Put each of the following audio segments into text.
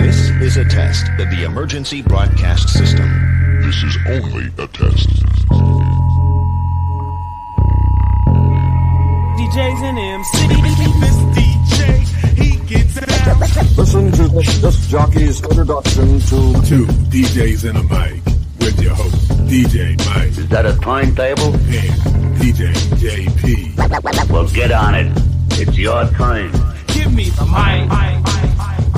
is a test of the emergency broadcast system. This is only a test. DJs and MC. This DJ, he gets down. Listen to this, this jockey's introduction to Two DJs and a mic with your host, DJ Mike Is that a timetable? and DJ JP. Well, get on it. It's your time. Give me the mic.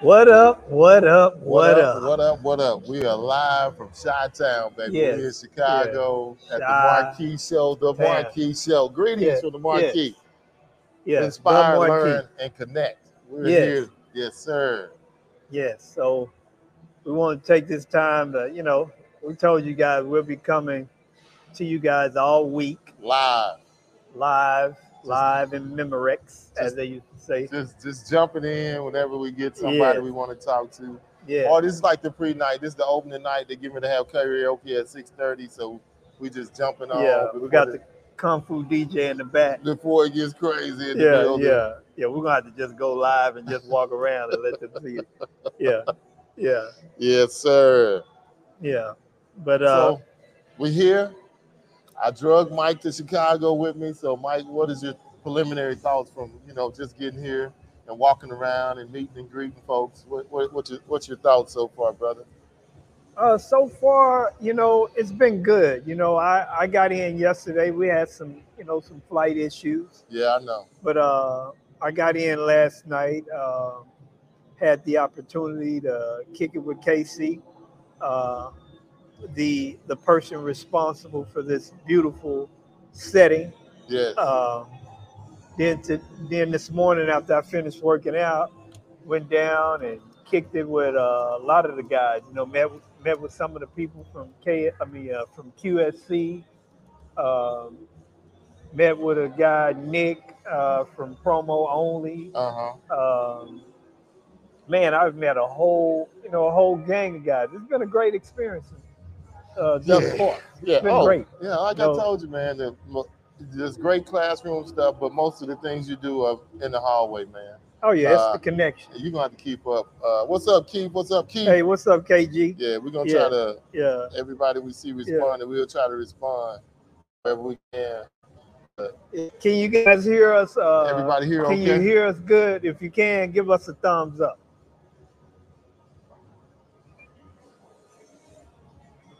What up? What up? What, up? What up? What up? We are live from Chi Town, baby. Yeah. We're in Chicago at the Chi Marquee Show. The Town. Marquee Show. Greetings Yeah. from the Marquee. Yeah, Inspire, Belmore learn, Key. and connect. We're Yes. here. Yes, sir. Yes. So we want to take this time to, you know, we told you guys we'll be coming to you guys all week, Live. live, live in Memorex, as they used to say. Just just jumping in whenever we get somebody Yeah. we want to talk to. Yeah. Oh, this is like the pre-night. This is the opening night. They give me to have karaoke at 6:30. So we just jumping on. Yeah. We before got the Kung Fu DJ in the back. before it gets crazy in the Yeah, building. yeah, yeah. We're gonna have to just go live and just walk around and let them see it. Yeah, yeah, Yes, sir. yeah. But uh, so we here. I drug Mike to Chicago with me. So Mike, what is your preliminary thoughts from you know just getting here and walking around and meeting and greeting folks? What, what what's your what's your thoughts so far, brother? Uh, so far, you know, it's been good. You know, I, I got in yesterday. We had some, you know, some flight issues, Yeah, I know. but uh, I got in last night. Uh, had the opportunity to kick it with Casey, uh, the the person responsible for this beautiful setting. Yes, Um, then to, then this morning after I finished working out, went down and kicked it with uh, a lot of the guys. You know, met with- met with some of the people from K. I mean, uh, from QSC. Um, met with a guy Nick uh, from Promo Only. uh huh. Um, man, I've met a whole you know a whole gang of guys. It's been a great experience. Uh, thus Yeah. far. Yeah, oh, been great. yeah. Like No. I told you, man, the, mo- there's great classroom stuff, but most of the things you do are in the hallway, man. Oh yeah, it's Uh, the connection. You're gonna have to keep up. Uh, what's up, Keith? What's up, Keith? Hey, what's up, KG? yeah, we're gonna yeah. try to Yeah, everybody we see responding. We'll try to respond wherever we can. Can you guys hear us? Uh, Everybody here, Can you okay? hear us good? If you can, give us a thumbs up.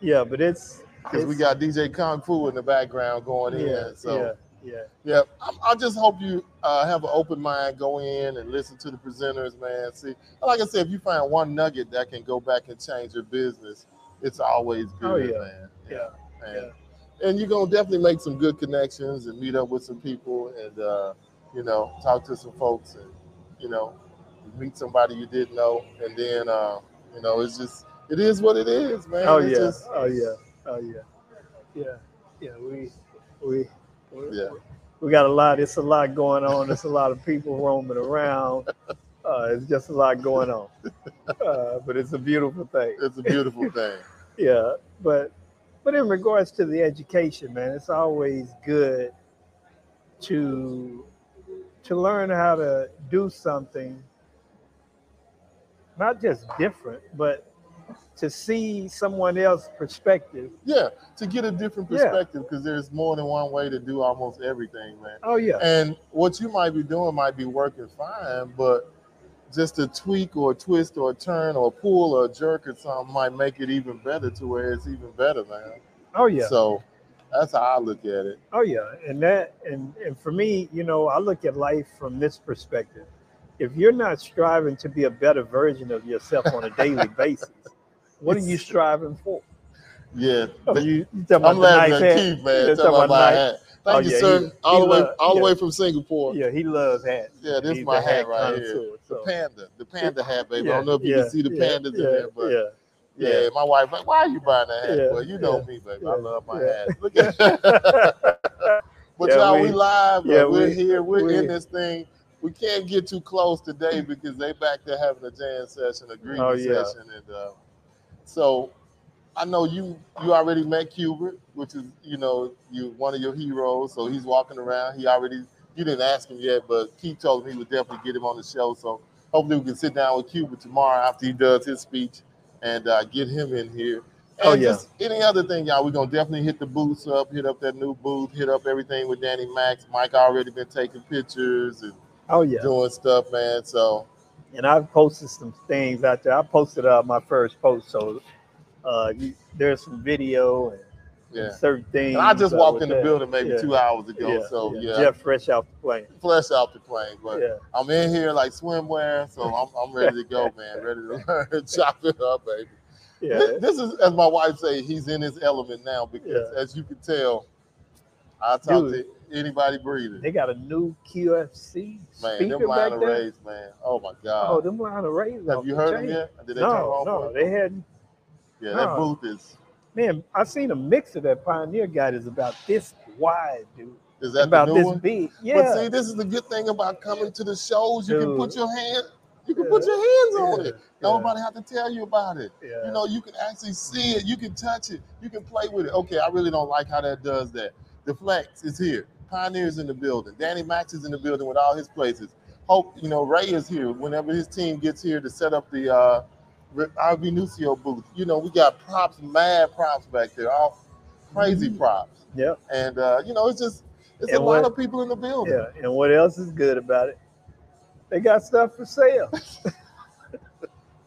Yeah, but it's Because we got DJ Kung Fu in the background going in. So Yeah. Yeah, I, I just hope you uh, have an open mind, go in and listen to the presenters, man. See, like I said, if you find one nugget that can go back and change your business, it's always good, Oh, yeah. man. Yeah. man. And you're gonna definitely make some good connections and meet up with some people and uh, you know talk to some folks and you know meet somebody you didn't know and then uh, you know it's just it is what it is, man. Oh It's yeah. just- oh yeah. Oh yeah. Yeah. Yeah. We we we, Yeah. we got a lot. It's a lot going on. There's a lot of people roaming around. Uh, it's just a lot going on. Uh, but it's a beautiful thing. it's a beautiful thing. Yeah. But but in regards to the education, man, it's always good to to learn how to do something not just different, but to see someone else's perspective Yeah, to get a different Yeah. perspective because there's more than one way to do almost everything, man. Oh yeah, And what you might be doing might be working fine, but just a tweak or a twist or a turn or a pull or a jerk or something might make it even better to where it's even better, man. oh yeah, So that's how I look at it. oh yeah. And that and and for me, you know, I look at life from this perspective. If you're not striving to be a better version of yourself on a daily basis, what are you striving for? Yeah. But Oh, you, you talking I'm about the laughing nice at hat? Keith, man. That's Talking about about my nice- hat. Oh, Thank yeah, you, sir. he- all he the way, love- all the yeah. way from Singapore. Yeah, he loves hats. Yeah, this He's my a hat right here. connoisseur, The so- panda, the panda hat, baby. I Yeah, don't know if you yeah, can see the yeah, pandas in yeah, there, but yeah. Yeah, Yeah. my wife like, why are you buying a hat? Yeah, Well, you know yeah, me, baby. yeah, I love my yeah. hat. Look at But Yeah, y'all, we, we- live. yeah, Yeah, we're we- here. We're we- in this thing. We can't get too close today because they back there having a jam session, a greeting Oh, yeah. session, and uh, so I know you. You already met Hubert, which is you know you one of your heroes. So he's walking around. He already. You didn't ask him yet, but Keith told me he would definitely get him on the show. So hopefully we can sit down with Cuba tomorrow after he does his speech and uh, get him in here. And Oh, yeah. Just any other thing, y'all, we're going to definitely hit the booths up, hit up that new booth, hit up everything with Danny Max. Mike already been taking pictures and Oh yeah. doing stuff, man. So, and I've posted some things out there. I posted uh, my first post, so uh, you, there's some video and yeah. certain things. And I just uh, walked with in the that. building maybe Yeah. two hours ago. so, yeah, Jeff fresh out the plane. flesh out the plane. But Yeah, I'm in here like swimwear. So I'm, I'm ready to go, man. Ready to learn, chop it up, baby. yeah, Thi- This is, as my wife say, he's in his element now because, Yeah. as you can tell, I talk Dude. to anybody breathing. they got a new QFC Man, speaker them line back there. arrays, man. Oh my Oh, God. them line of rays. Have you heard them yet? Did they turn no, off? no, they hadn't. yeah, no. that booth is. Man, I seen a mixer that Pioneer got is about this wide, dude. Is that about the this new one? big. But see, Yeah, this is the good thing about coming to the shows. You can put Dude. your hand, you can Yeah. put your hands on Yeah. it. Nobody have to tell you about it. yeah. You know, you can actually see it. You can touch it. You can play with it. Okay, I really don't like how that does that. The Flex is here. Pioneer's in the building. Danny Max is in the building with all his places. Hope, you know, Ray is here whenever his team gets here to set up the uh, Ivy Nucio booth. You know, we got props, mad props back there, all crazy props. Yep. And, uh, you know, it's just, it's a And what- lot of people in the building. Yeah, and what else is good about it? They got stuff for sale.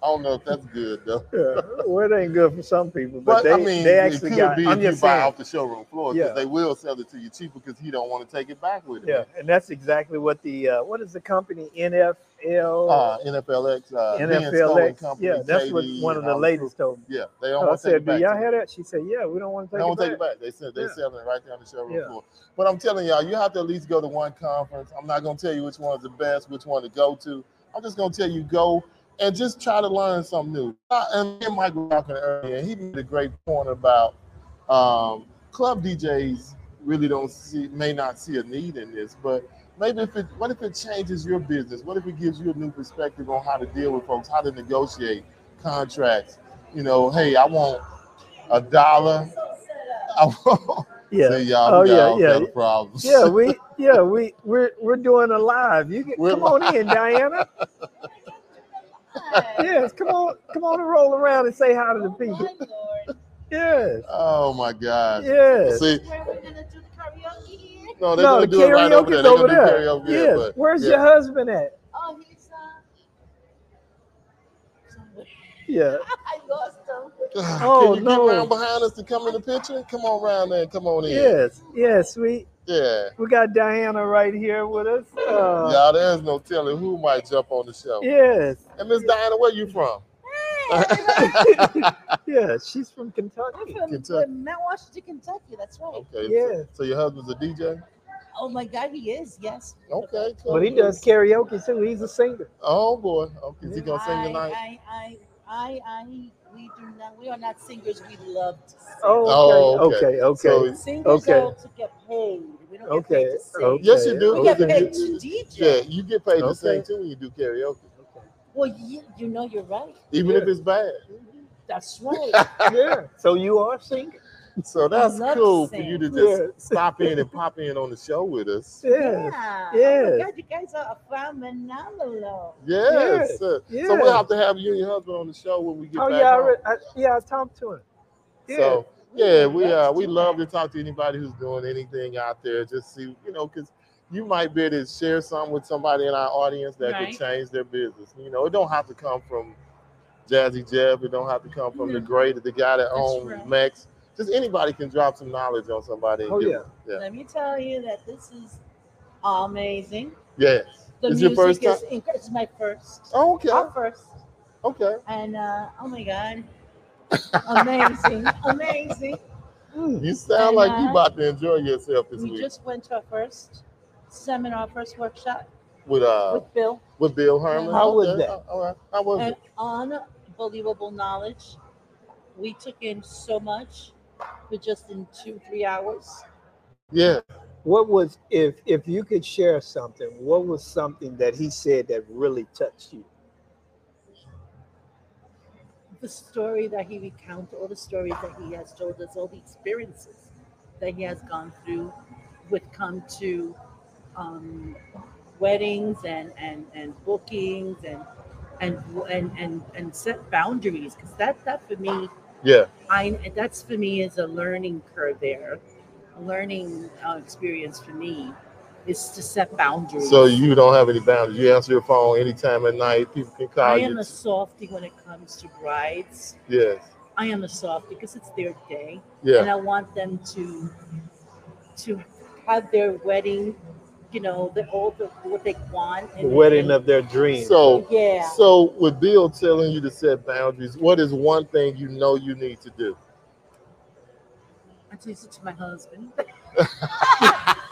I don't know if that's good, though. Yeah, well, it ain't good for some people, But, but, they, I mean, they it actually could got. be I'm if you just buy saying, off the showroom floor because Yeah. they will sell it to you cheaper because he don't want to take it back with him. yeah, and that's exactly what the uh, what is the company NFL Uh, NFLX, uh, Ben Stone and NFLX? Company, Yeah, that's JD, what one of and the all ladies told me. Yeah, they don't I want to take said, it "Do back. y'all to hear them. that?" She said, "Yeah, we don't want to They take, don't it, take it back. back. They said they're Yeah. selling it right there on the showroom Yeah. floor. But I'm telling y'all, you have to at least go to one conference. I'm not gonna tell you which one's the best, which one to go to. I'm just gonna tell you go and just try to learn something new. Uh, And me and Mike were talking earlier, and he made a great point about um, club DJs really don't see, may not see a need in this, but maybe if it, what if it changes your business? What if it gives you a new perspective on how to deal with folks, how to negotiate contracts? You know, hey, I want a dollar. I want, Yeah, See, y'all, Oh, we yeah, got all yeah. kind of problems. yeah, we, yeah, we, we're we're doing a live. You get, We're come on in, Diana. yes, come on, come on and roll around and say hi to the people. Yes, Oh my God. yes. See, no, they're no, gonna the do it right over there. karaoke's They're over gonna there. do karaoke. yes. Yeah, but, Where's yeah. your husband at? Oh, he's uh, somewhere. Yeah. I lost him. Can Oh, you no. get around behind us to come in the picture? Come on around there. and Come on in. Yes. Yes. We Yeah. We got Diana right here with us. Uh, Yeah, there's no telling who might jump on the show. Yes, And Miss Diana, where you from? yeah, she's from I'm Kentucky. from Kentucky. from Mount Washington, Kentucky. That's right. Okay. Yeah. So your husband's a DJ? Oh my God, he is. Yes. Okay. Cool. But he does karaoke too. He's a singer. Oh boy. Okay. Is he gonna sing I- tonight? I, I, I, I, we do not. We are not singers. We love to sing. Oh, Oh, okay, okay, okay. So Singers okay. are to get paid. We don't get okay. paid to sing. okay, Yes, you do. We get okay. paid to DJ. yeah, you get paid to sing Okay. too when you do karaoke, Well, you, you know you're right. even if Yeah. it's bad. Mhm. That's right. yeah. So you are a singer. So that's love to cool for sing. you to just Yes. stop in and pop in on the show with us. Yes. Yeah. Oh Yes. my God, you guys are phenomenal. Yes. Yes. sir. Yes. So we'll have to have you and your husband on the show when we get Oh back. yeah, I, home. re- I, yeah. I talked to him. Yeah. So yeah, we Let's uh we do love that. to talk to anybody who's doing anything out there. Just see, you know, because you might be able to share something with somebody in our audience that Right. could change their business. You know, it don't have to come from Jazzy Jeff. It don't have to come from the Mm-hmm. great, the guy that owns right. Max. Just anybody can drop some knowledge on somebody. and Oh, give yeah. them- yeah, Let me tell you that this is amazing. yes. The It's music your first is time? inc- it's my first. Oh, okay, Our first. okay. And uh, oh my God. Amazing. amazing. You sound like you Uh-huh. about to enjoy yourself this We week just went to our first seminar, first workshop with uh with Bill. with Bill Herman. How was Okay. that? All right. How was and it? unbelievable knowledge. We took in so much, but just in two, three hours. Yeah. What was if if you could share something? What was something that he said that really touched you? The story that he recounted, all the stories that he has told us, all the experiences that he has gone through would come to um, weddings and, and, and bookings and and and and, and set boundaries because that that for me Yeah. I that's for me is a learning curve there, a learning uh, experience for me is to set boundaries. So you don't have any boundaries. You answer your phone anytime at night. People can call I you. am a softie when it comes to brides. yes. I am a softie because it's their day, and Yeah. I want them to to have their wedding, you know, the all the what they want. The wedding of their dreams. So yeah. so with Bill telling you to set boundaries, what is one thing you know you need to do? I teach it to my husband.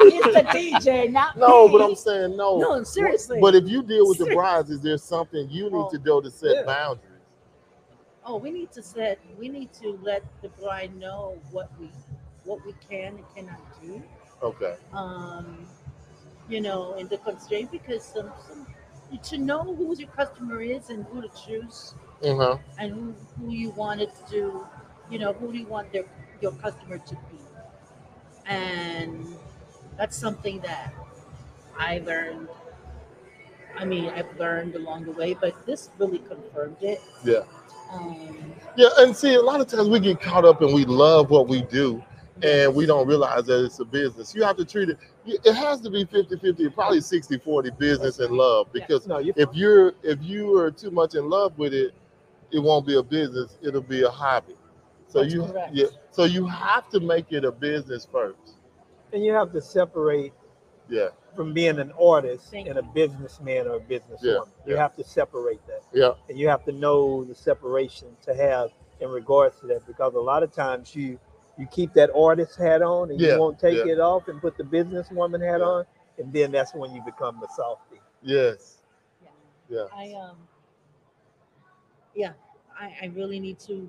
He's the DJ, not No, me. but I'm saying no. no seriously. But if you deal with the Serious. brides, is there something you need to do to set Yeah. boundaries? Oh, we need to set. We need to let the bride know what we, what we can and cannot do. Okay. Um, you know, and the constraint because some, some to know who your customer is and who to choose Uh-huh. and who, who you wanted to, you know, who do you want their your customer to be, and that's something that I learned. I mean, I've learned along the way, but this really confirmed it. Yeah. Um, Yeah, and see, a lot of times we get caught up and we love what we do and we don't realize that it's a business. You have to treat it, it has to be 50 50, probably 60 40 business and love because no, you if you're if you are too much in love with it, it won't be a business, it'll be a hobby. So That's you correct. yeah, so you have to make it a business first. and you have to separate Yeah, from being an artist Thank and a businessman or a businesswoman. Yeah, You yeah. have to separate that. Yeah. And you have to know the separation to have in regards to that because a lot of times you you keep that artist hat on and Yeah, you won't take yeah. it off and put the businesswoman hat Yeah. on and then that's when you become the softie. yes, yeah. yeah, I um yeah, I, I really need to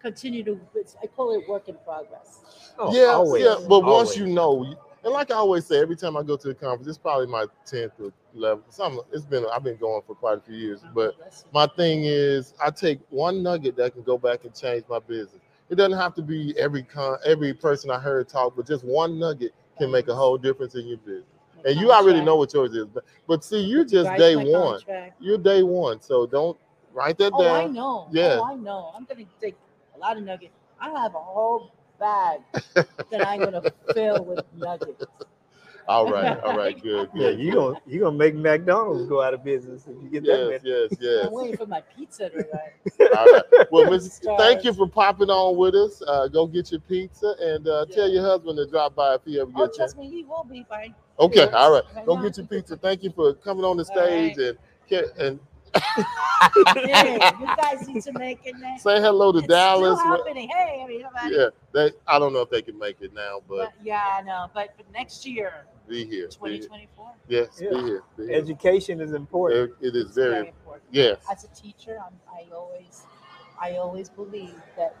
continue to it's, I call it work in progress. Oh, yeah, always, yeah. But once always. you know, you- and like I always say, every time I go to a conference, it's probably my tenth or eleventh. Some it's been I've been going for quite a few years, but Bless you. my thing is I take one nugget that can go back and change my business. It doesn't have to be every con every person I heard talk, but just one nugget can make a whole difference in your business. And you already know what yours is, but, but see, you're just Guys, day my one. contract. You're day one, so don't write that Oh, I down. know. Yeah. Oh, I know. I'm gonna take a lot of nuggets. I have a whole bag that I'm gonna fill with nuggets. All right, all right, good, Yeah, good. you gonna you gonna make McDonald's go out of business if you get that Yes, many. yes, yes. I'm waiting for my pizza to arrive. All right. Well, Miss, Sorry. thank you for popping on with us. Uh, go get your pizza and uh, tell your husband to drop by if he ever Oh, gets you. trust me, he will be fine. Okay, all right. Right Go now. get your pizza. Thank you for coming on the All stage and ca- and Hey, you guys need to make it next. say hello to It's Dallas. Still happening. Hey, everybody. Yeah, they, I don't know if they can make it now, but But yeah, I know. But for next year, be here. Be here. 2024, Yes, be Yeah. here. Be here. Education is important. It- it is it's very very important. yes. As a teacher, I'm, I always, I always believe that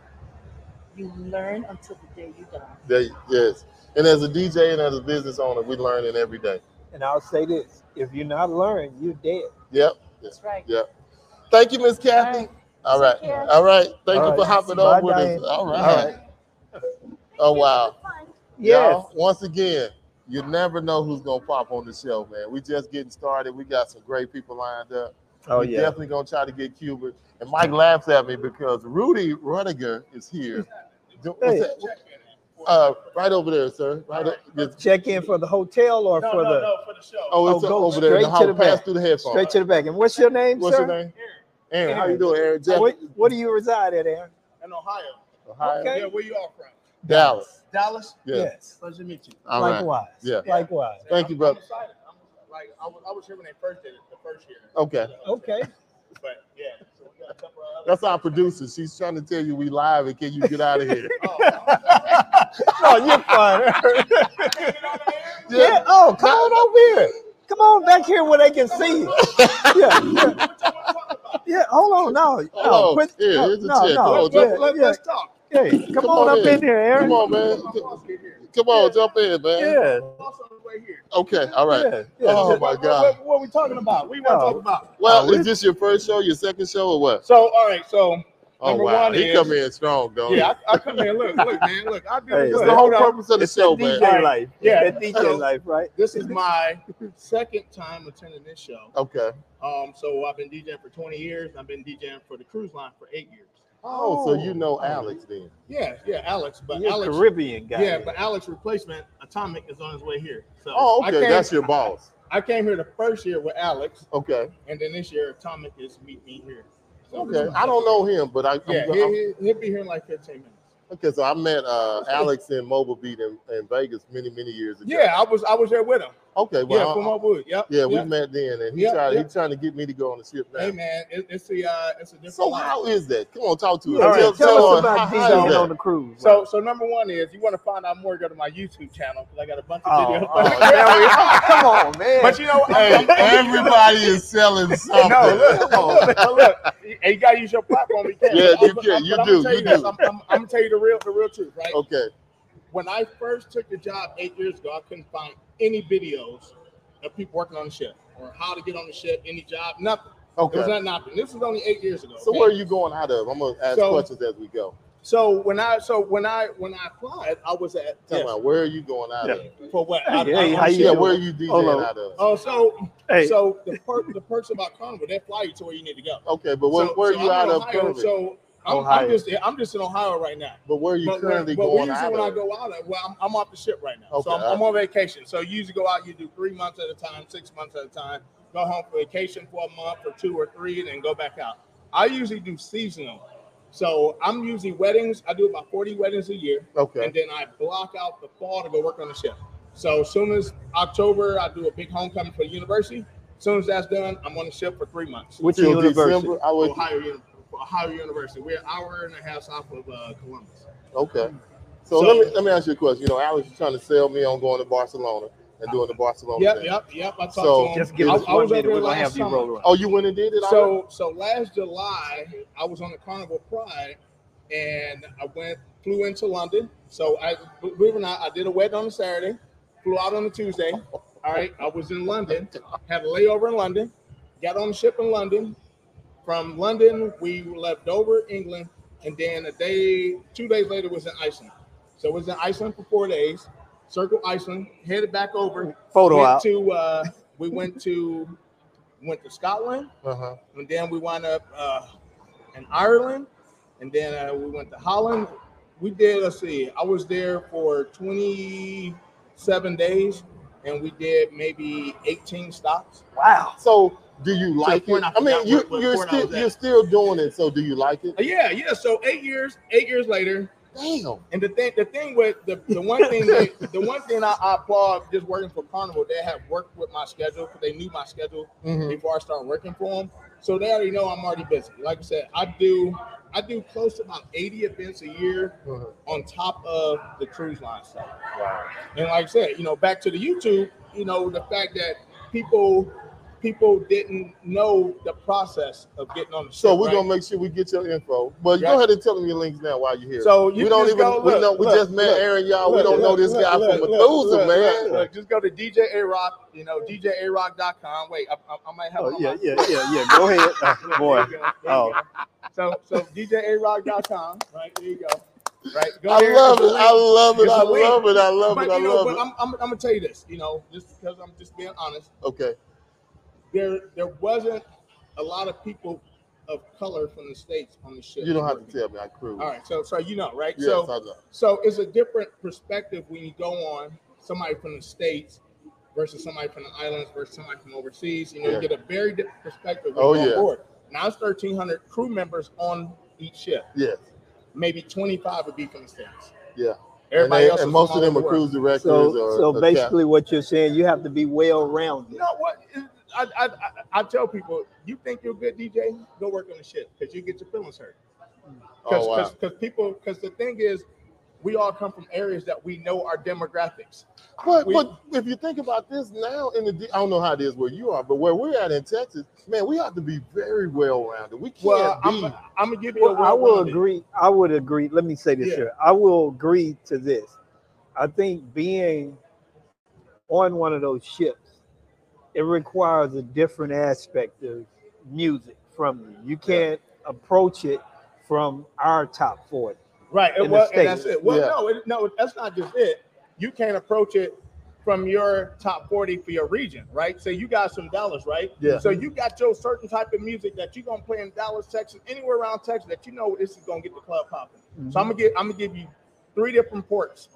you learn until the day you die. They, yes. And as a DJ and as a business owner, we learn it every day. And I'll say this: if you're not learning, you're dead. Yep. That's right. Thank you, Miss Kathy. All right. Take care. All right. Thank you All for right. hopping Bye, on with us. Diane. All right. All right. Oh wow. Yes. Y'all, once again, you never know who's gonna pop on the show, man. We just getting started. We got some great people lined up. Oh we yeah. definitely gonna try to get Cuba. And Mike laughs at me because Rudy Rudiger is here. Do- what's Hey. that? Uh, right over there, sir. Right o- yes. Check in for the hotel or for the for the show. Oh, it's Oh, go over there. in straight the to hall. the Pass back. through the headphones. straight to the back. And what's your name, What's sir? Uh, your name? Aaron. How you doing, Aaron? Jeff, What, where do you reside at, Aaron? In Ohio. Ohio, Okay. Yeah, where you all from? Dallas. Dallas? Yeah. Yes. Pleasure to meet you. All right. Likewise. Yeah. Likewise. Thank you, brother. I'm excited. I'm, like, I was, I was here when they first did it, the first year. Okay. Okay. But yeah, so we got a couple of other. That's our producer. She's trying to tell you we live and can you get out of here? Oh, no, you're fine. yeah. Oh, come on over here. Come on back here where they can see you. Yeah. Yeah. Yeah, hold on, no, no, Hold on. quit- Here, no, here's a no, check. no, Hold on, yeah, jump- Let, yeah. us talk. Hey, come, Come on on, up in. in here, Aaron. Come on, man. My boss get here. Come on, jump in, man. yeah, Also, right here. Okay, all right. yeah, yeah. Oh, Just- my What- God. What, what, are we talking about? We want No. to talk about. Well, Oh, is this your first show, your second show, or what? So, all right. So, Oh Number wow, one he is- come in strong, though. yeah, I, I come here. Look, look, man. Look, I do Hey, it's this. man. the whole Hold on. purpose of the it's show, that DJ man. life. Yeah. It's that DJ So- life, right? This is my second time attending this show. Okay. Um, so I've been DJing for 20 years. I've been DJing for the cruise line for eight years. Oh, so you know Alex then? Yeah, yeah, Alex. But You're a Alex, Caribbean guy. yeah, but Alex replacement Atomic is on his way here. So Oh, I okay, came- that's your boss. I came here the first year with Alex, Okay, and then this year Atomic is meet me here. So, okay. I don't know him, but I. I'm- Yeah, I'm- he, he, he'll be here in like 15 minutes. okay, so I met uh, Alex in Mobile Beat in, in Vegas many, many years ago. Yeah, I was I was there with him. Okay. Yeah, Well, I- from Upwood. Yep. yeah, we yep. met then, and he Yeah, tried. yeah. He trying to get me to go on the ship now. Hey man, it, it's the uh, it's a different. So life. how is that? Come on, talk to Yeah, us. all right, Tell, tell, tell us us about how- how is DJing that? on the cruise. So, so number one is you want to find out more, go to my YouTube channel because I got a bunch of oh, videos. oh, there we are. Come on, man. But you know, Hey, I'm- I'm- everybody is selling something. no, look, Come on. look, look, and you gotta use your platform. You can. Yeah, I'm- you can. I'm- You but I'm do. gonna tell You this. do. I'm, I'm, I'm gonna tell you the real, the real truth, right? Okay. When I first took the job eight years ago, I couldn't find any videos of people working on the ship or how to get on the ship, any job, nothing. It was Okay. not nothing. This was only eight years ago. So okay? where are you going out of? I'm gonna ask So- questions as we go. So when I, so when I, when I applied, I was at uh, Tell me, where are you going out of? for what? Hey, I- I- hey, I'm how you sure- Yeah, doing? where are you DJing Hold on. out of? Oh, so hey, so the per- the perks about Carnival, they fly you to where you need to go. Okay, but Oh, where, so, where so are you I'm out in of Ohio, currently? So I'm, Ohio. I'm just I'm just in Ohio right now. but where are you But when- currently but going usually out when I of? go out, of- well, I'm, I'm off the ship right now, Okay, so I'm, all I'm on vacation. So you usually go out, you do three months at a time, six months at a time, go home for vacation for a month or two or three, and then go back out. I usually do seasonal, so I'm usually weddings. I do about forty weddings a year, Okay, and then I block out the fall to go work on the ship. So as soon as October, I do a big homecoming for the university. As soon as that's done, I'm on the ship for three months. which Till university? December, I would, Ohio, Uni- Ohio University. We're an hour and a half south of uh, Columbus. okay. So- So, let me let me ask you a question. You know, Alex is trying to sell me on going to Barcelona and doing the Barcelona Yep, thing. yep, yep. I talked So- to him. Just give I, us I one was up minute. there We're gonna last have you summer. roll around. Oh, you went and did it? So, already? so last July, I was on the Carnival Pride, and I went flew into London. So I, believe it or not, I did a wedding on a Saturday, flew out on a Tuesday. All right, I was in London, had a layover in London, got on the ship in London. From London, we left Dover, England, and then a day, two days later, was in Iceland. So was in Iceland for four days. Circled Iceland, headed back over. Photo went out. to uh, we went to went to Scotland uh-huh. and then we wound up uh, in Ireland, and then uh, we went to Holland. We did. Let's see. I was there for 27 days. and we did maybe 18 stops. Wow. So do you like we're it? not- I mean, you we're- you're we're not still that. you're still doing it. So do you like it? Uh, Yeah, yeah. So eight years, eight years later, Damn. and the thing, the thing with the, the one thing, that, the one thing I, I applaud just working for Carnival, they have worked with my schedule because they knew my schedule Mhm. before I started working for them. So they already know I'm already busy. Like I said, I do, I do close to about 80 events a year Mhm. on top of the cruise line stuff. Wow. And like I said, you know, back to the YouTube, you know, the fact that people people didn't know the process of getting on the So ship, we're right? gonna make sure we get your info. But Right. go ahead and tell them your links now while you're here. So you we don't just even go, we look, know we look, just met look, Aaron, y'all. Oh, we look, don't know look, this look, guy look, from look, Methuselah, look, man. look, look, just go to DJ Arock, you know, DJArock.com. Wait, I, I, I might have it Oh on yeah, my- yeah, yeah, yeah. Go ahead, uh, Look, boy. there you go, there you Oh. go. So so DJArock.com, right? There you go. Right. Go I there, love it's a it. link. I love it. It's a I link. love it. I love But it. I you know, love but it. I'm, I'm, I'm gonna tell you this, you know, just because I'm just being honest. Okay. there there wasn't a lot of people of color from the states on the ship. You don't have to tell me. I cruise. All right, so so you know, right? Yes, so I know. so it's a different perspective when you go on somebody from the states versus somebody from the islands versus somebody from overseas. You know, Yeah. you get a very different perspective when Oh, you're on yeah. board. Now it's thirteen hundred crew members on each ship. Yes. Maybe twenty five would be from the states. Yeah. And, Everybody they- else and is most from of all them are over the world. cruise directors. So, or, so or basically, what you're saying, you have to be well You rounded. know what? I, I, I, I tell people, you think you're a good DJ, go work on the ship because you get your feelings hurt. cap- Because oh, wow. people, because the thing is, we all come from areas that we know our demographics. But, We- but if you think about this now, in the D- I don't know how it is where you are, but where we're at in Texas, man, we have to be very well rounded. We can't Well, be. I'm, I'm gonna give you. Well, a I will well-rounded. agree. I would agree. Let me say this Yeah. here. I will agree to this. I think being on one of those ships, it requires a different aspect of music from you. You can't approach it from our top forty. Right, in and, the well, and that's States. it. Well, Yeah. no, it, no, that's not just it. You can't approach it from your top forty for your region, right? So you guys from Dallas, right? Yeah. So you got your certain type of music that you're gonna play in Dallas, Texas, anywhere around Texas that you know this is gonna get the club popping. Mm-hmm. So I'm gonna give I'm gonna give you three different ports.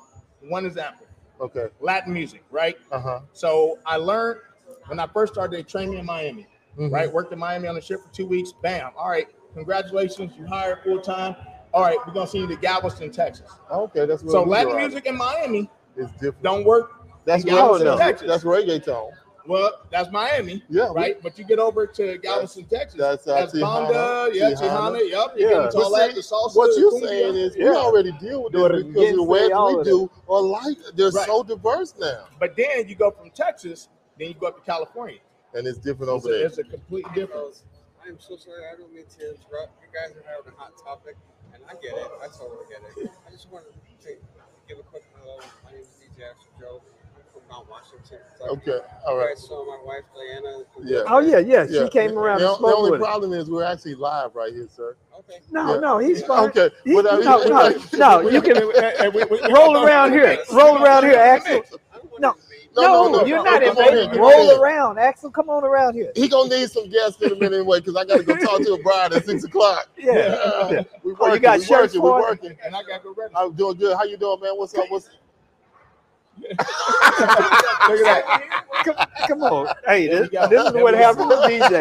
One example, okay. Latin music, right? Uh huh. So I learned when I first started, they trained me in Miami, Mm-hmm. right? Worked in Miami on the ship for two weeks. Bam. All right. Congratulations. You hired full time. All right. We're going to send you to Galveston, Texas. Okay, that's where So we Latin are. music in Miami is different. don't work. that's in Galveston, reggaeton. Texas. That's reggaeton. Well, that's Miami. Yeah, we- Right. But you get over to Galveston, Texas. that's, uh, Banda. Tejana, Yeah. Tejana. Tejana. Yep. You get Yeah. into But all that. see, The salsa. What the you're cumbia. saying is we Yeah. already deal with Do it this because against the way all we of do or like they're Right. so diverse now, But then you go from Texas, then you go up to California. and it's different It's over a, there. it's a complete difference. I am so sorry. I don't mean to interrupt. You guys are having a hot topic, and I get it. I totally get it. I just wanted to give a quick hello. My name is DJ Astro Joe. I'm from Mount Washington. Kentucky. Okay, all You right. guys saw my wife Diana. Yeah. Oh yeah, yeah. Yeah. She came around. The, and the spoke only with us. problem is we're actually live right here, sir. Okay. No, yeah. no, he's fine. Okay, He- without- no, no, no, you can roll around here. Roll around here, Axel. I don't want No. to invade. No, No, no, no, you're no, not come on invading. in, come on Roll in. around, Axel. Come on around here. He gonna need some guests in a minute anyway, because I gotta go talk to a bride at six o'clock. Yeah. Uh, we working, Oh, you got we shirts working, we for it? working. And I got to go ready. I'm doing good. How you doing, man? What's up? What's Look at that. Come, come on. Oh, Hey, There this, we go. this is There what we go. happened to DJ.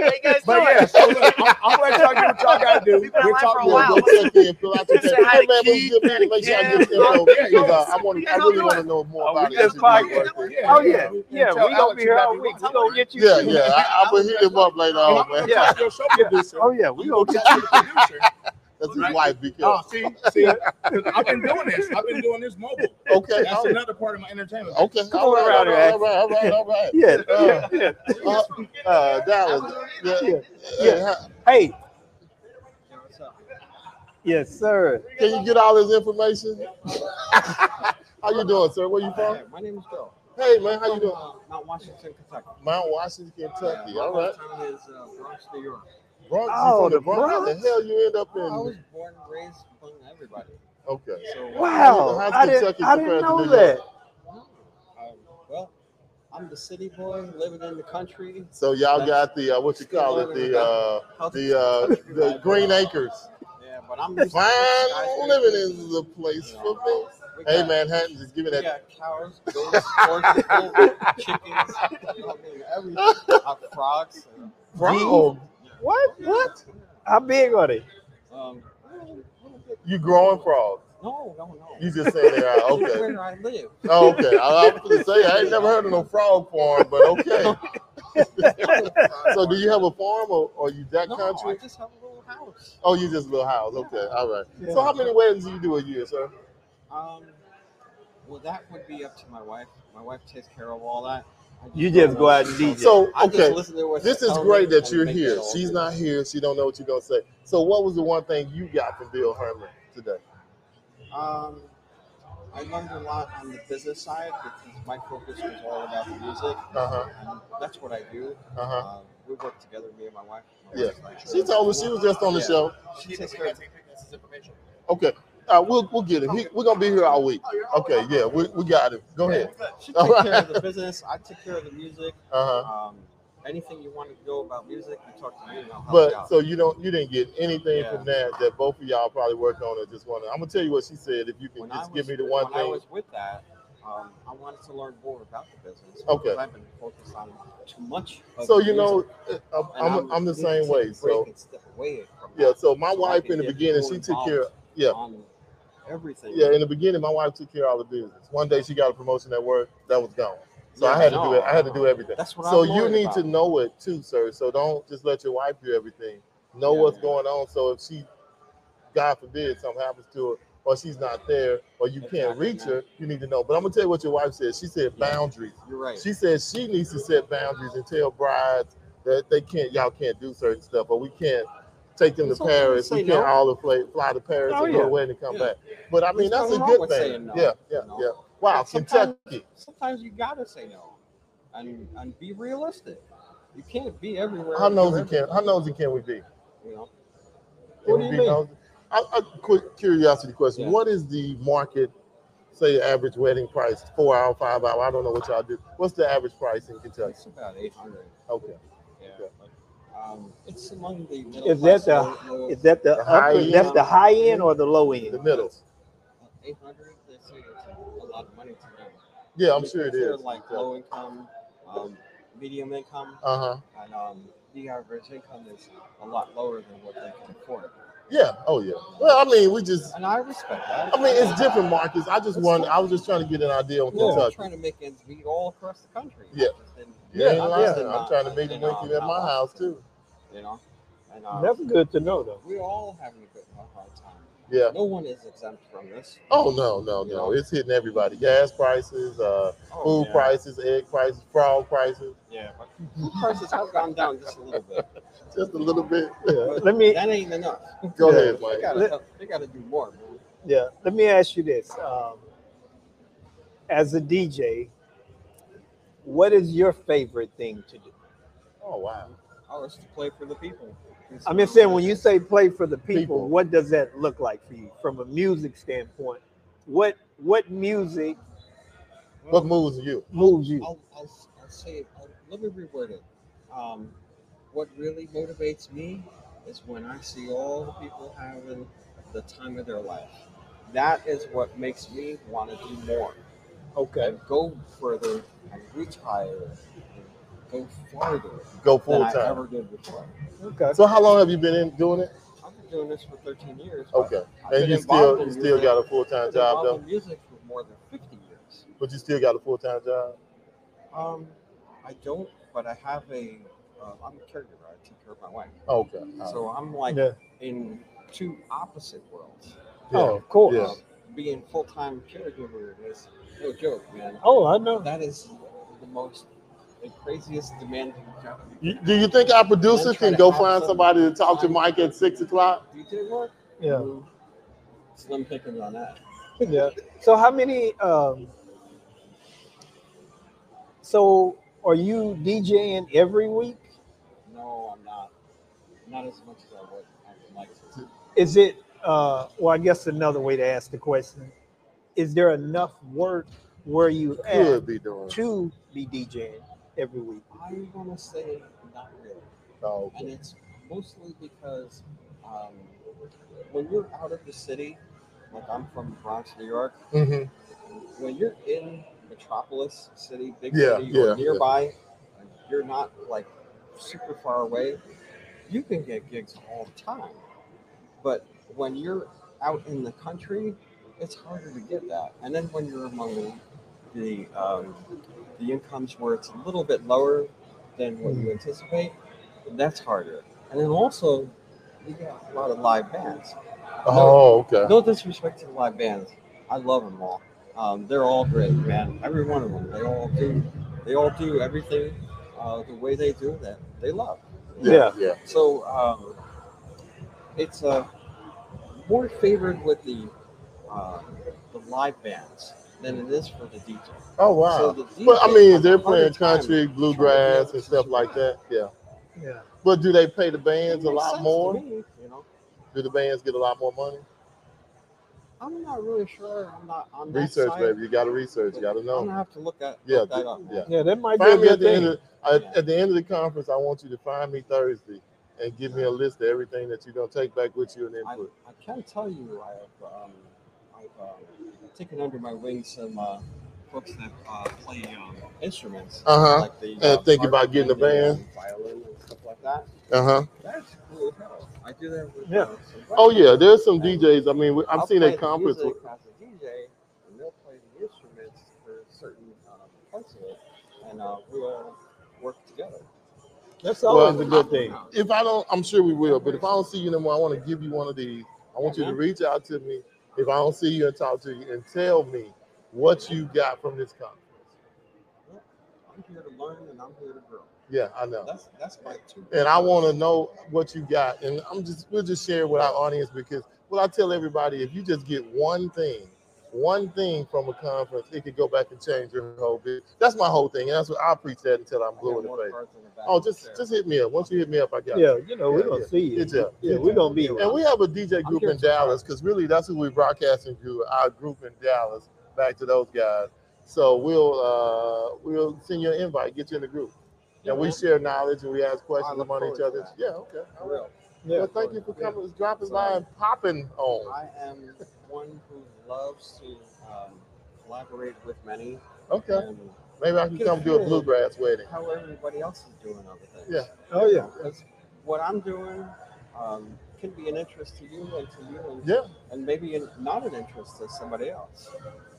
Hey guys, But doing? yeah, so look, I'm, I'm gonna tell you what y'all gotta do. We've been We're online talking for a while. Go check in, fill out your Say paper. hi to Hey, man, what's Keith, good, man? Make sure I get this Yeah. info. Yeah, yeah. 'cause, uh, I want You to. guys I all really doing? want to know more Oh, we about it. just It's really podcast. worth it. oh yeah, yeah. And We tell gonna Alex be here about all it. week. We And gonna get you. Yeah, too. yeah. I, I'm gonna hit him up later I'm on, gonna man. Yeah. talk to your show producer. Oh yeah, we You gonna go get talk to the producer. That's his Right. wife, be Oh, careful. see, see, 'cause I've been doing this. I've been doing this mobile. Okay, That's all right. another part of my entertainment. okay. Come all on right, all around here, right, Axel. all right, all right, yeah, all right. yeah, yeah. Uh, uh, Dallas. Yeah, Yeah. yeah. Hey. Yes, sir. Can you get all this information? how you doing, sir? Where you from? Hey, my name is Joe. Hey, man, how you doing? Uh, Mount Washington, Kentucky. Mount Washington, Kentucky. My All right. hometown is uh, Bronx, New York. Bronx, you from How Oh, the the Bronx? Oh. hell you end up I was in? born and raised among everybody. Okay. So, uh, Wow, How's I didn't, Kentucky I didn't compared to know New that. uh, um, well, I'm the city boy living in the country. So y'all got the uh, what you call it the uh, the uh, the Green Acres. Yeah, but I'm Fine living is the place for me. We Hey, Manhattan, just give me We that. got cows, goats, horses, chickens, you know, I mean, everything. Uh, frogs. uh, Bro, What? What? How big are they? Um, you growing frogs? no, Oh, no, no. You just saying they are Just okay? Where I live. Oh, okay. I, I was gonna say I ain't never heard of no frog farm, but okay. So, do you have a farm or, or you that no, I country? just have a little house. Oh, you just a little house. Okay, all right. So, how many weddings do you do a year, sir? Um, well, that would be up to my wife. My wife takes care of all that. I You just go out and listen- DJ. So, I just okay. listen to what This she is tells me great that and you're make here. that all She's good. not here. She don't know what you're gonna say. So, what was the one thing you got from Bill Herman today? Um, I learned a lot on the business side because my focus was all about the music. Uh huh. And that's what I do. Uh huh. Um, we work together, me and my wife. My Yeah. wife's like- She told us she was just on the Yeah. show. She takes care of Okay. Uh, we'll we'll get him. He, we're gonna be here all Oh, week. Okay. Yeah. We, we got him. Go ahead. Yeah. She All took care right. of the business. I took care of the music. Uh huh. Um, anything you want to know about music, you talk to me and I'll help you But out. so you don't you didn't get anything Yeah. from that that both of y'all probably worked on or just wanted. I'm gonna tell you what she said. If you can when I just was, give me the one when I thing. was with that, um, I wanted to learn more about the business. Okay. because I've been focused on too much. Of So the you know, music, I'm and I'm, I'm the need to take same a way. break So and step away from yeah. that So my so I wife can in the get beginning, more she took care. Of, yeah. on everything. Yeah, in the beginning, my wife took care of all the business. One day she got a promotion at work, that was gone. So Yeah, I had to no, do it. I had to do everything. That's what so I'm you worried need to about. know it too, sir. So don't just let your wife do everything. Know Yeah, what's yeah. going on. So if she, God forbid, something happens to her, or she's not there, or you can't Exactly, reach man. her, you need to know. But I'm gonna tell you what your wife said. She said Yeah. boundaries. You're right. She said she needs to set boundaries and tell brides that they can't, y'all can't do certain stuff, or we can't take them It's to okay to Paris. We say can't no. all fly, fly to Paris Oh, and yeah. go away and come Yeah. back. But I mean, There's that's a nothing wrong good with thing. saying no, yeah, yeah, you know? yeah. Wow, But sometimes- Kentucky. Sometimes you gotta say no, and and be realistic. You can't be everywhere. How and do nosy everything, can how nosy can we be? Can You know? we What do you be mean? nosy? I, I, quick curiosity question: Yeah. What is the market? Say average wedding price, four hour, five hour. I don't know what y'all do. What's the average price in Kentucky? It's about eight hundred. Okay, Yeah. Okay. but, Um, it's among the middle Is that class, the low- low- is that the, The high upper, that's Um, end. the high end or the low end? the middle. 800, they say it's a lot of money to them. Yeah, I'm sure it They're is. like low income, um, medium income, Uh huh. and um, the average income is a lot lower than what they can afford. Yeah. Oh yeah. Well, I mean, we just. And I respect that. I mean, it's different markets. I just wanted. I was just trying to get an idea on Yeah, I'm Kentucky. trying to make ends meet all across the country. Yeah. Just in- Yeah, not yeah. just in I'm my- trying to make it in, work um, at my Washington, house too. You know, and um, That's good to know though. we're all having a bit of a hard time. Yeah. No one is exempt from this. Oh no, no, no! It's hitting everybody. Gas prices, uh, Oh, food prices, egg prices, frog prices, Yeah, but food prices have gone down just a little bit. just a little bit. Yeah. But Let me- That ain't enough. Go Yeah. ahead, They Mike. gotta, Let- help- they gotta do more. Man. Yeah. Let me ask you this: um, as a DJ, what is your favorite thing to do? Oh wow! Oh, it's to play for the people. I'm just saying, when you say play for the people, People. what does that look like for you from a music standpoint? What what music What moves you? moves you? I'll, I'll, I'll say, it. I'll, let me reword it. Um, what really motivates me is when I see all the people having the time of their life. That is what makes me want to do more. Okay. And go further and reach higher and go farther Go than full I time. ever did before. Okay. So how long have you been in doing it? I've been doing this for 13 years. but Okay, I've and been you involved still you in still music- got a full I've time been job involved though, in music for more than 50 years. but you still got a full time job. Um, I don't, but I have a. Uh, I'm a caregiver. I take care of my wife, Oh, Okay. all so I'm like Yeah. in two opposite worlds. right. Oh, of course. Yeah. Being full time caregiver is no joke, man. Oh, I know. That is the most, the craziest demanding job. You- Do you think our producers can go find somebody to talk to Mike at six o'clock? DJ work? Yeah. Mm, Slim pickings on that. yeah. So how many? Um, so are you DJing every week? No, I'm not. Not as much as I would. I would like to. Is it? Uh, well, I guess another way to ask the question: Is there enough work where you at Could be doing. to be DJing every week? I want to say not really. Oh, and it's mostly because um, when you're out of the city, Like I'm from the Bronx, New York. Mhm. When you're in metropolis city, big Yeah, city, yeah, yeah. or nearby, like, you're not like super far away. You can get gigs all the time, but when you're out in the country, it's harder to get that. And then when you're among the the, um, the incomes where it's a little bit lower than what Hmm. you anticipate, that's harder. And then also, you got a lot of live bands. Oh, okay. No disrespect to the live bands. I love them all. Um, they're all great, man. Every one of them. They all do. They all do everything uh, the way they do that they love. Yeah, yeah. So um, it's uh, more favored with the uh, the live bands than it is for the DJ. Oh wow. So the but I DJ mean, they're other playing time- country, bluegrass, and stuff like that. Yeah. Yeah. But do they pay the It bands a makes sense lot to more? me, you know, Do the bands get a lot more money? I'm not really sure. I'm not on that Research, side. baby. You got to research. You got to I'm know. gonna have to look at Yeah, look that up. yeah. Yeah, that might be a Find me good at the end thing. of at, at the end of the conference. I want you to find me Thursday and give me a list of everything that you're gonna take back with you and I, input. I can tell you, I have, um, I've um, taken under my wing some uh, folks that uh, play um, instruments, Uh-huh. like the, And think about getting a harp and the, um, violin and stuff like that. Uh huh. That's cool. as hell. I do that with Yeah. uh, some Oh buddies. yeah, there's some And DJs. I mean, we- I've I'll seen play that conference. The music as a DJ, and they'll play the instruments for certain um, parts of it, and uh, we all work together. That's Well, always a good thing. If I don't, I'm sure we will. But if I don't see you no more, I want to give you one of these. I want you Uh-huh. to reach out to me. If I don't see you and talk to you, and tell me what you got from this conference. I'm here to learn and I'm here to grow. Yeah, I know. That's that's my two. and I want to know what you got. And I'm just we'll just share with our audience because what I tell everybody, if you just get one thing, one thing from a conference, it could go back and change your whole bit. That's my whole thing, and that's what I preach that until I'm I blue got in the more face. cards in the back Oh, of the just chair. just hit me up. Once you hit me up, I got Yeah, you know, we're Yeah, gonna yeah. see you. Good job. Yeah, we're gonna be you. around. And we have a DJ I'm group here in to Dallas because really that's who we're broadcasting to. Our group in Dallas. Back to those guys. So we'll uh, we'll send you an invite, get you in the group, and we share knowledge and we ask questions look among forward each to other. that. Yeah, okay. I will. Yeah. Well, thank you for coming, dropping by and popping on. I am one who loves to um, collaborate with many Okay, and maybe I can come do a bluegrass wedding. how everybody else is doing other things. Yeah. Oh yeah. Because what I'm doing um, can be an interest to you and to you, and, Yeah, and maybe an, not an interest to somebody else.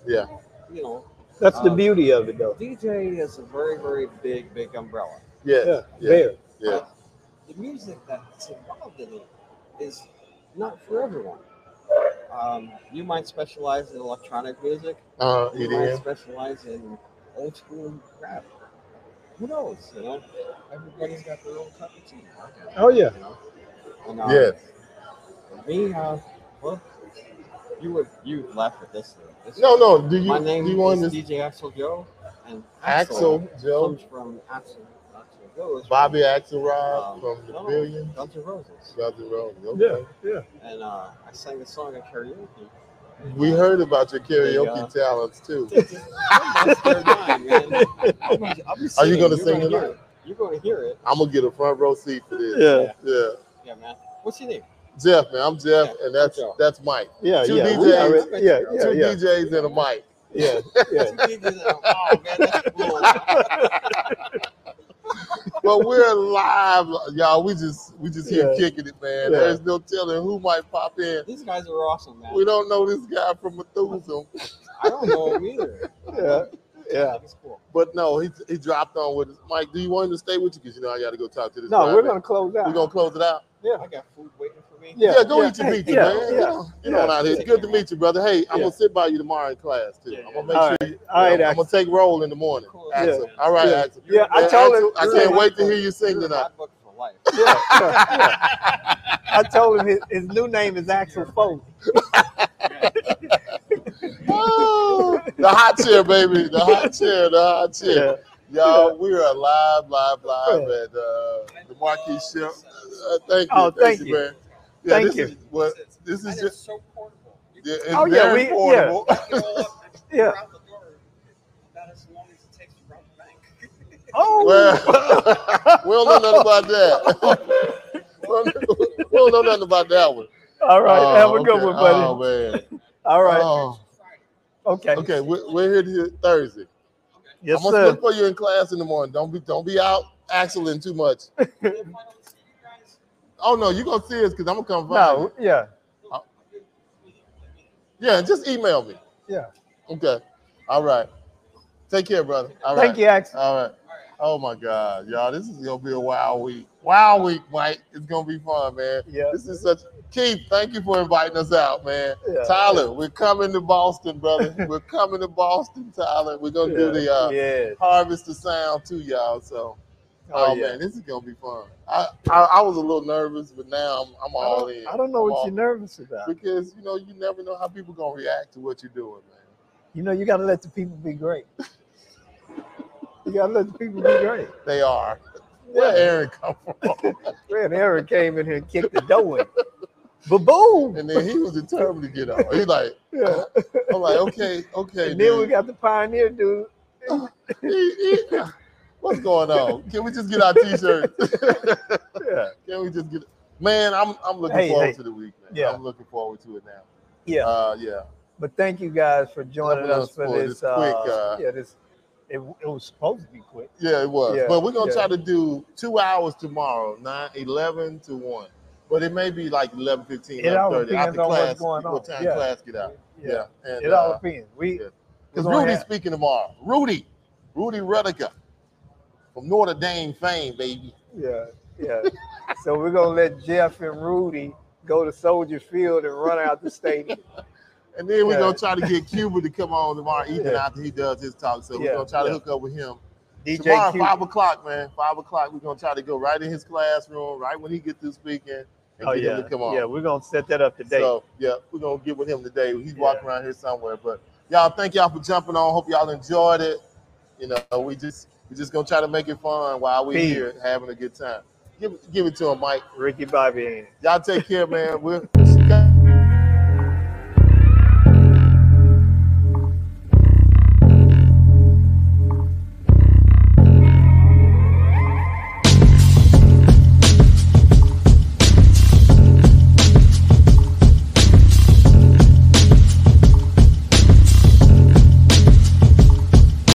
yeah, You know, That's Uh, the Um, beauty of it, though. DJ is a very, very big, big umbrella. yeah, Yeah, yeah, very. yeah. the music that's involved in it is not for everyone. Um, you might specialize in electronic music. Uh, You might EDM. specialize in old school rap. Who knows? You know, everybody's got their own cup of tea. Oh, yeah. You know? And, um, Yes. Me, uh, well, you would you laugh at this. uh, this No, no. Do you My name do you want is this? DJ Axel Joe, and Axel, Axel Joe comes from Axel. Axel Joe is from, Bobby Axelrod um, from the no, no, Billions. Guns N' Roses. Guns N' Roses. Yeah, Okay. yeah. and uh, I sang a song at karaoke. We heard about your karaoke Yeah. talents too. That's their line, man. I'll be- I'll be Are you singing. gonna You're sing gonna hear tonight? it. You're going to hear it. I'm gonna get a front row seat for this. Yeah. yeah. Yeah, man. What's your name? Jeff, man, I'm Jeff, Yeah, and that's Joe. that's Mike. Yeah, Two yeah. we DJs. already- yeah, yeah, Two yeah, DJs and a mic. yeah, yeah. oh, man, that's cool. Well, we're live, y'all. We just we just here Yeah. kicking it, man. Yeah. There's no telling who might pop in. These guys are awesome, man. We don't know this guy from Methuselah, I don't know them either. Yeah, I yeah. think It's cool. but no, he, he dropped on with us. Mike. Do you want him to stay with you? Because you know I got to go talk to this. No, guy, we're man. gonna close out. we're gonna close it out. I got food waiting for me. Yeah, Yeah, go yeah. eat your pizza, Yeah, man. yeah, you know, you know what out here. It's good to meet you, brother. Hey, I'm Yeah. gonna sit by you tomorrow in class too. Yeah, I'm yeah. gonna make All sure. right. you- All right, I'm gonna take roll in the morning. Cool. Axel. Yeah. All right, Yeah. Axel. Yeah, I Man, told Axel, him. I can't wait to hear you sing You're a tonight. hot book for life. Yeah, yeah, yeah. I told him his, his new name is Axel Fold. Oh, the hot chair, baby. The hot chair. The hot chair. Y'all, we are live, live, live Yeah. at uh, the Marquis Ship. Uh, thank you. Oh, thank you. man. Yeah, Thank this you. Is, what, this And is it's just. so portable. You Yeah, it's Oh, yeah, very we- yeah. portable. can go up and Yeah. out the door about as long as it takes to rob the bank. Oh, Well, we don't know nothing about that. we don't know nothing about that one. all right. Oh, Have a good okay. one, buddy. Oh man. All right. Oh. Okay. Okay, we're, we're here to Thursday. Yes, I'm gonna sir. look for you in class in the morning. Don't be don't be out axling too much. oh no, you're gonna see us because I'm gonna come find No, you. yeah. Yeah, just email me. Yeah. Okay. All right. Take care, brother. All right. Thank you, Axel. All right. Oh my God, y'all. This is gonna be a wild week. Wild week, Mike. It's gonna be fun, man. Yeah. This is such Keith, thank you for inviting us out, man. Yeah. Tyler, we're coming to Boston, brother. we're coming to Boston, Tyler. We're gonna do the uh, yeah. harvest the sound too, y'all. So Oh, Oh, yeah. man, this is gonna be fun. I, I I was a little nervous, but now I'm, I'm I all don't- in. I don't know I'm what all- you're nervous about. because you know you never know how people gonna react to what you're doing, man. You know, you got to let the people be great. You got to let the people be great. They are. Where Aaron come from? Man, Aaron came in here and kicked the door in. Ba boom. and then he was determined to get on. He's like, Yeah. I'm like, okay, okay. And then we dude. got the pioneer dude. He- he- what's going on? Can we just get our t-shirts? Yeah. Can we just get? Man, I'm I'm looking Hey, forward hey. to the week, man. Yeah. I'm looking forward to it now. Yeah. Uh, yeah. But thank you guys for joining Coming up us for for this. this quick, uh, uh, yeah, this. It, it was supposed to be quick. Yeah, it was. Yeah, but we're gonna try yeah. to do two hours tomorrow, nine, 11 to one. But it may be like 11, 15, It all 11:30, depends after on what's class, going on. what time Yeah. class get out. Yeah, and uh, it all depends. We yeah. we're because gonna Rudy's have- speaking tomorrow. Rudy, Rudy Rudica from Notre Dame fame, baby. Yeah, yeah. so we're gonna let Jeff and Rudy go to Soldier Field and run out the stadium. And then we're Yeah. gonna try to get Cuba to come on tomorrow evening Yeah. after he does his talk. So Yeah, we're gonna try to yeah. hook up with him DJ tomorrow, Q. five o'clock, man. Five o'clock. We're gonna try to go right in his classroom, right when he gets this weekend, and oh get yeah, him to come on. yeah. We're gonna set that up today. So yeah, we're gonna get with him today. He's Yeah. walking around here somewhere. But y'all, thank y'all for jumping on. Hope y'all enjoyed it. You know, we just we just gonna try to make it fun while we're Peace. here having a good time. Give give it to him, Mike. Ricky Bobby. Y'all take care, man. We're